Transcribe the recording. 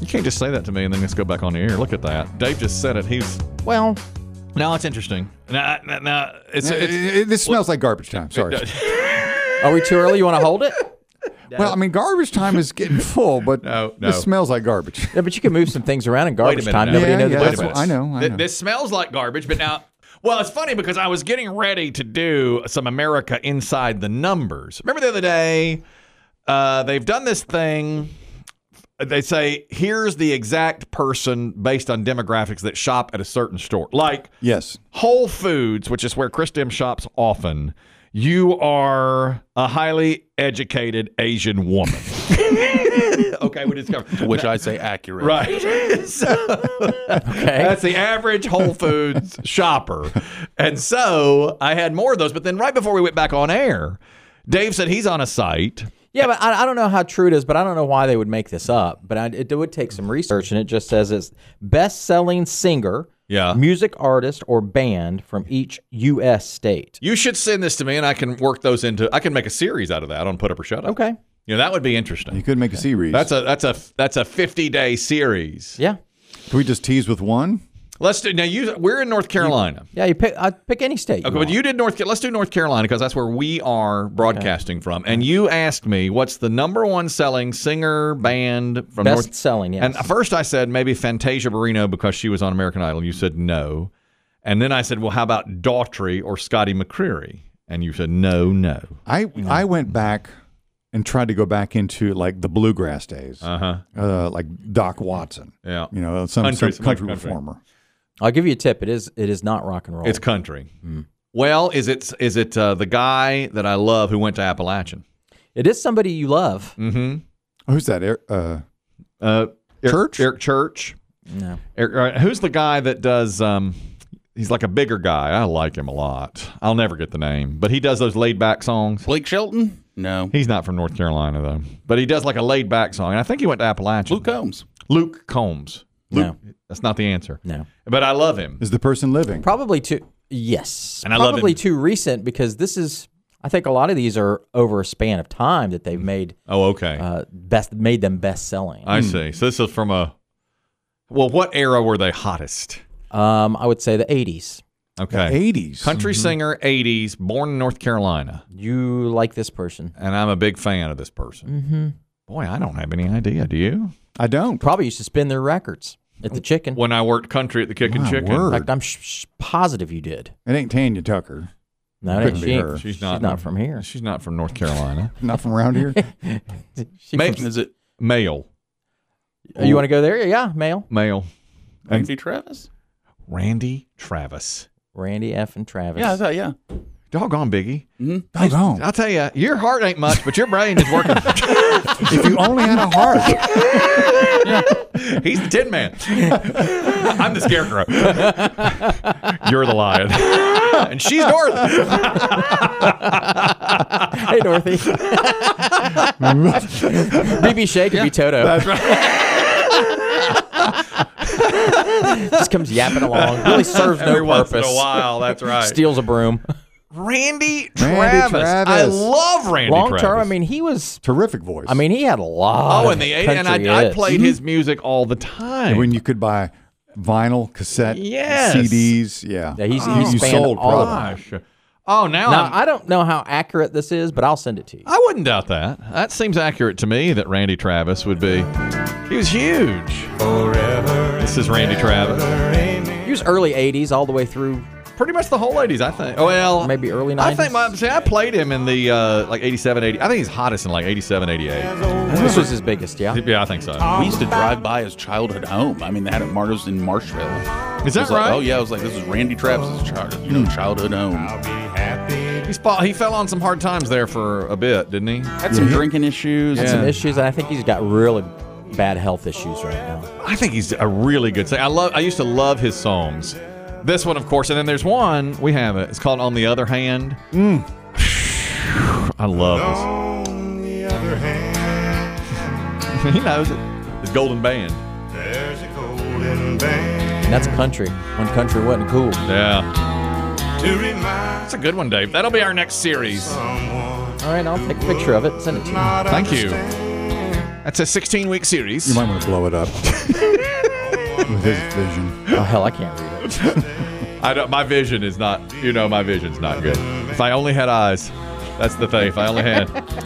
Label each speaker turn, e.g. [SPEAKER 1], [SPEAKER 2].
[SPEAKER 1] You can't just say that to me and then just go back on the air. Look at that. Dave just said it. He's
[SPEAKER 2] Well,
[SPEAKER 1] now it's interesting. Now, now- now it's,
[SPEAKER 3] It-
[SPEAKER 1] it's
[SPEAKER 3] it- it- this smells like garbage time. Sorry.
[SPEAKER 2] are we too early? You want to hold it?
[SPEAKER 3] Well, I mean, garbage time is getting full, but
[SPEAKER 1] No, no.
[SPEAKER 3] this smells like garbage.
[SPEAKER 2] Yeah, but you can move some things around in garbage
[SPEAKER 1] minute
[SPEAKER 2] time.
[SPEAKER 1] now.
[SPEAKER 2] Nobody
[SPEAKER 3] Yeah,
[SPEAKER 2] knows
[SPEAKER 3] yeah,
[SPEAKER 2] the
[SPEAKER 3] that's-
[SPEAKER 2] difference.
[SPEAKER 3] I know. I
[SPEAKER 1] Th-
[SPEAKER 3] know.
[SPEAKER 1] This smells like garbage, but now, well, it's funny because I was getting ready to do some America Inside the Numbers. Remember the other day, uh, they've done this thing. They say, here's the exact person based on demographics that shop at a certain store. Like,
[SPEAKER 3] yes.
[SPEAKER 1] Whole Foods, which is where Chris Dim shops often, you are a highly educated Asian woman. okay, we discovered.
[SPEAKER 4] which I say accurate.
[SPEAKER 1] Right. so, That's the average Whole Foods shopper. And so I had more of those. But then right before we went back on air, Dave said he's on a site.
[SPEAKER 2] Yeah, but I, I don't know how true it is, but I don't know why they would make this up. But I, it would take some research, and it just says it's best selling singer,
[SPEAKER 1] Yeah.
[SPEAKER 2] music artist, or band from each U.S. state.
[SPEAKER 1] You should send this to me and I can work those into I can make a series out of that on Put Up or Shut Up.
[SPEAKER 2] Okay.
[SPEAKER 1] You know, that would be
[SPEAKER 3] You
[SPEAKER 1] interesting.
[SPEAKER 3] could make a series.
[SPEAKER 1] That's a that's a that's a 50 day series.
[SPEAKER 2] Yeah.
[SPEAKER 3] Can we just tease with one?
[SPEAKER 1] Let's do now you we're in North Carolina.
[SPEAKER 2] Yeah, you pick I pick any state.
[SPEAKER 1] Okay, but you did North. Ca- Let's do North Carolina because that's where we are broadcasting from. And you asked me what's the number one selling singer band from
[SPEAKER 2] best
[SPEAKER 1] North.
[SPEAKER 2] selling, yes.
[SPEAKER 1] And uh, at first I said maybe Fantasia Barrino because she was on American Idol. You said no. And then I said, well, how about Daughtry or Scotty McCreery? And you said no, no.
[SPEAKER 3] I I went back and tried to go back into like the bluegrass days,
[SPEAKER 1] Uh-huh.
[SPEAKER 3] uh, like Doc Watson.
[SPEAKER 1] Yeah.
[SPEAKER 3] You know, some
[SPEAKER 1] Country-
[SPEAKER 3] country, some country,
[SPEAKER 1] country.
[SPEAKER 3] reformer.
[SPEAKER 2] I'll give you a tip. It is it is not rock and roll.
[SPEAKER 1] It's country. Well, is it is it uh, the guy that I love who went to Appalachian?
[SPEAKER 2] it is somebody you love.
[SPEAKER 1] Mm-hmm.
[SPEAKER 3] Who's that? Er- Uh,
[SPEAKER 1] Uh, Eric-
[SPEAKER 3] Church?
[SPEAKER 1] Eric Church.
[SPEAKER 2] No.
[SPEAKER 1] Eric, all right, who's the guy that does? Um, he's like a bigger guy. I like him a lot. I'll never get the name, but he does those laid back songs.
[SPEAKER 4] Blake Shelton? No.
[SPEAKER 1] He's not from North Carolina though, but he does like a laid back song. And I think he went to Appalachia.
[SPEAKER 4] Luke Combs.
[SPEAKER 1] Luke Combs.
[SPEAKER 2] No.
[SPEAKER 1] That's not the answer.
[SPEAKER 2] No.
[SPEAKER 1] But I love him.
[SPEAKER 3] is the person living?
[SPEAKER 2] Probably too yes.
[SPEAKER 1] And I love
[SPEAKER 2] probably
[SPEAKER 1] it.
[SPEAKER 2] too recent because this is I think a lot of these are over a span of time that they've made
[SPEAKER 1] Oh, okay.
[SPEAKER 2] uh, best made them best selling.
[SPEAKER 1] I see. So this is from a. Well, what era were they hottest?
[SPEAKER 2] Um, I would say the '80s.
[SPEAKER 1] Okay.
[SPEAKER 3] 80s.
[SPEAKER 1] Country singer, 80s, born in North Carolina.
[SPEAKER 2] You like this person?
[SPEAKER 1] And I'm a big fan of this person. Mm-hmm. Boy, I don't have any idea. Do you?
[SPEAKER 3] I don't.
[SPEAKER 2] Probably used to spin their records at the chicken.
[SPEAKER 1] When I worked country at the Kickin'
[SPEAKER 3] My
[SPEAKER 1] Chicken.
[SPEAKER 2] In
[SPEAKER 3] word.
[SPEAKER 2] fact, I'm sh- sh- positive you did.
[SPEAKER 3] It ain't Tanya Tucker.
[SPEAKER 2] No, it ain't-
[SPEAKER 3] Couldn't
[SPEAKER 2] she
[SPEAKER 3] be
[SPEAKER 2] ain't-
[SPEAKER 3] her.
[SPEAKER 2] She's not, from here.
[SPEAKER 1] She's not from North Carolina.
[SPEAKER 3] Not from around here.
[SPEAKER 2] She
[SPEAKER 1] Maybe-
[SPEAKER 2] from-
[SPEAKER 4] Is it
[SPEAKER 1] male,
[SPEAKER 2] Oh, you want to go there? Yeah, male.
[SPEAKER 1] male.
[SPEAKER 4] Andy Travis?
[SPEAKER 1] Randy Travis.
[SPEAKER 2] Randy F. and Travis.
[SPEAKER 4] Yeah, I thought, yeah.
[SPEAKER 1] Doggone, Biggie.
[SPEAKER 3] I don't.
[SPEAKER 1] I'll tell you, your heart ain't much, but your brain is working.
[SPEAKER 3] if you only had a heart.
[SPEAKER 1] He's the Tin Man. I'm the Scarecrow. You're the Lion, and she's Dorothy.
[SPEAKER 2] hey, Dorothy. BB Shea could be Toto. Just comes yapping along. Really serves no
[SPEAKER 1] Every once in
[SPEAKER 2] purpose.
[SPEAKER 1] a while, that's right.
[SPEAKER 2] Steals a broom.
[SPEAKER 1] Randy Travis. I
[SPEAKER 3] Travis.
[SPEAKER 1] love Randy.
[SPEAKER 2] Long term, I
[SPEAKER 1] Travis.
[SPEAKER 2] mean, he was.
[SPEAKER 3] Terrific voice.
[SPEAKER 2] I mean, he had a lot.
[SPEAKER 1] oh,
[SPEAKER 2] of
[SPEAKER 1] in the '80s, and
[SPEAKER 2] country Mm-hmm.
[SPEAKER 1] I, I
[SPEAKER 2] hits.
[SPEAKER 1] played his music all the time.
[SPEAKER 3] when you could buy vinyl, cassette,
[SPEAKER 1] Yes.
[SPEAKER 3] CDs. Yeah.
[SPEAKER 2] Yeah, he's-
[SPEAKER 3] You-
[SPEAKER 2] he's
[SPEAKER 3] you
[SPEAKER 2] spanned
[SPEAKER 3] sold
[SPEAKER 2] all of
[SPEAKER 3] product.
[SPEAKER 1] Gosh. Oh, now,
[SPEAKER 2] Now,
[SPEAKER 1] I'm,
[SPEAKER 2] I don't know how accurate this is, but I'll send it to you.
[SPEAKER 1] I wouldn't doubt that. That seems accurate to me that Randy Travis would be. He was huge. this is Randy Travis.
[SPEAKER 2] He was early 80s all the way through.
[SPEAKER 1] Pretty much the whole 80s, I think. Well,
[SPEAKER 2] Maybe early
[SPEAKER 1] I think
[SPEAKER 2] 90s.
[SPEAKER 1] my, see, I played him in the uh, like 87, 80. I think he's hottest in like 87, 88.
[SPEAKER 2] This was his biggest, yeah.
[SPEAKER 1] Yeah, I think so.
[SPEAKER 4] We used to drive by his childhood home. I mean, they had it martyrs in Marshville.
[SPEAKER 1] Is that
[SPEAKER 4] I was like,
[SPEAKER 1] right?
[SPEAKER 4] oh, yeah. I was like, this is Randy Travis's childhood, you know, childhood home.
[SPEAKER 1] He's fa- he fell on some hard times there for a bit, didn't he?
[SPEAKER 4] Had some drinking issues.
[SPEAKER 1] Yeah.
[SPEAKER 2] Some issues, and I think he's got really bad health issues right now.
[SPEAKER 1] I think he's a really good singer. I love. I used to love his songs. This one, of course, and then there's one we have it. It's called "On the Other Hand."
[SPEAKER 3] Mm.
[SPEAKER 1] I love
[SPEAKER 5] On the other hand,
[SPEAKER 1] this. he knows it. His golden band.
[SPEAKER 5] there's a golden band
[SPEAKER 2] And that's country when country wasn't cool.
[SPEAKER 1] Yeah,
[SPEAKER 5] to remind
[SPEAKER 1] that's a good one, Dave. That'll be our next series.
[SPEAKER 5] someone
[SPEAKER 2] All right, I'll take a picture of it and send it to you.
[SPEAKER 5] not
[SPEAKER 1] Thank you.
[SPEAKER 5] understand.
[SPEAKER 1] That's a 16 week series.
[SPEAKER 3] You might want to blow it up with his vision.
[SPEAKER 2] Oh hell, I can't read it.
[SPEAKER 1] I don't, my vision is not, you know, my vision's not good. If I only had eyes, that's the thing. If I only had.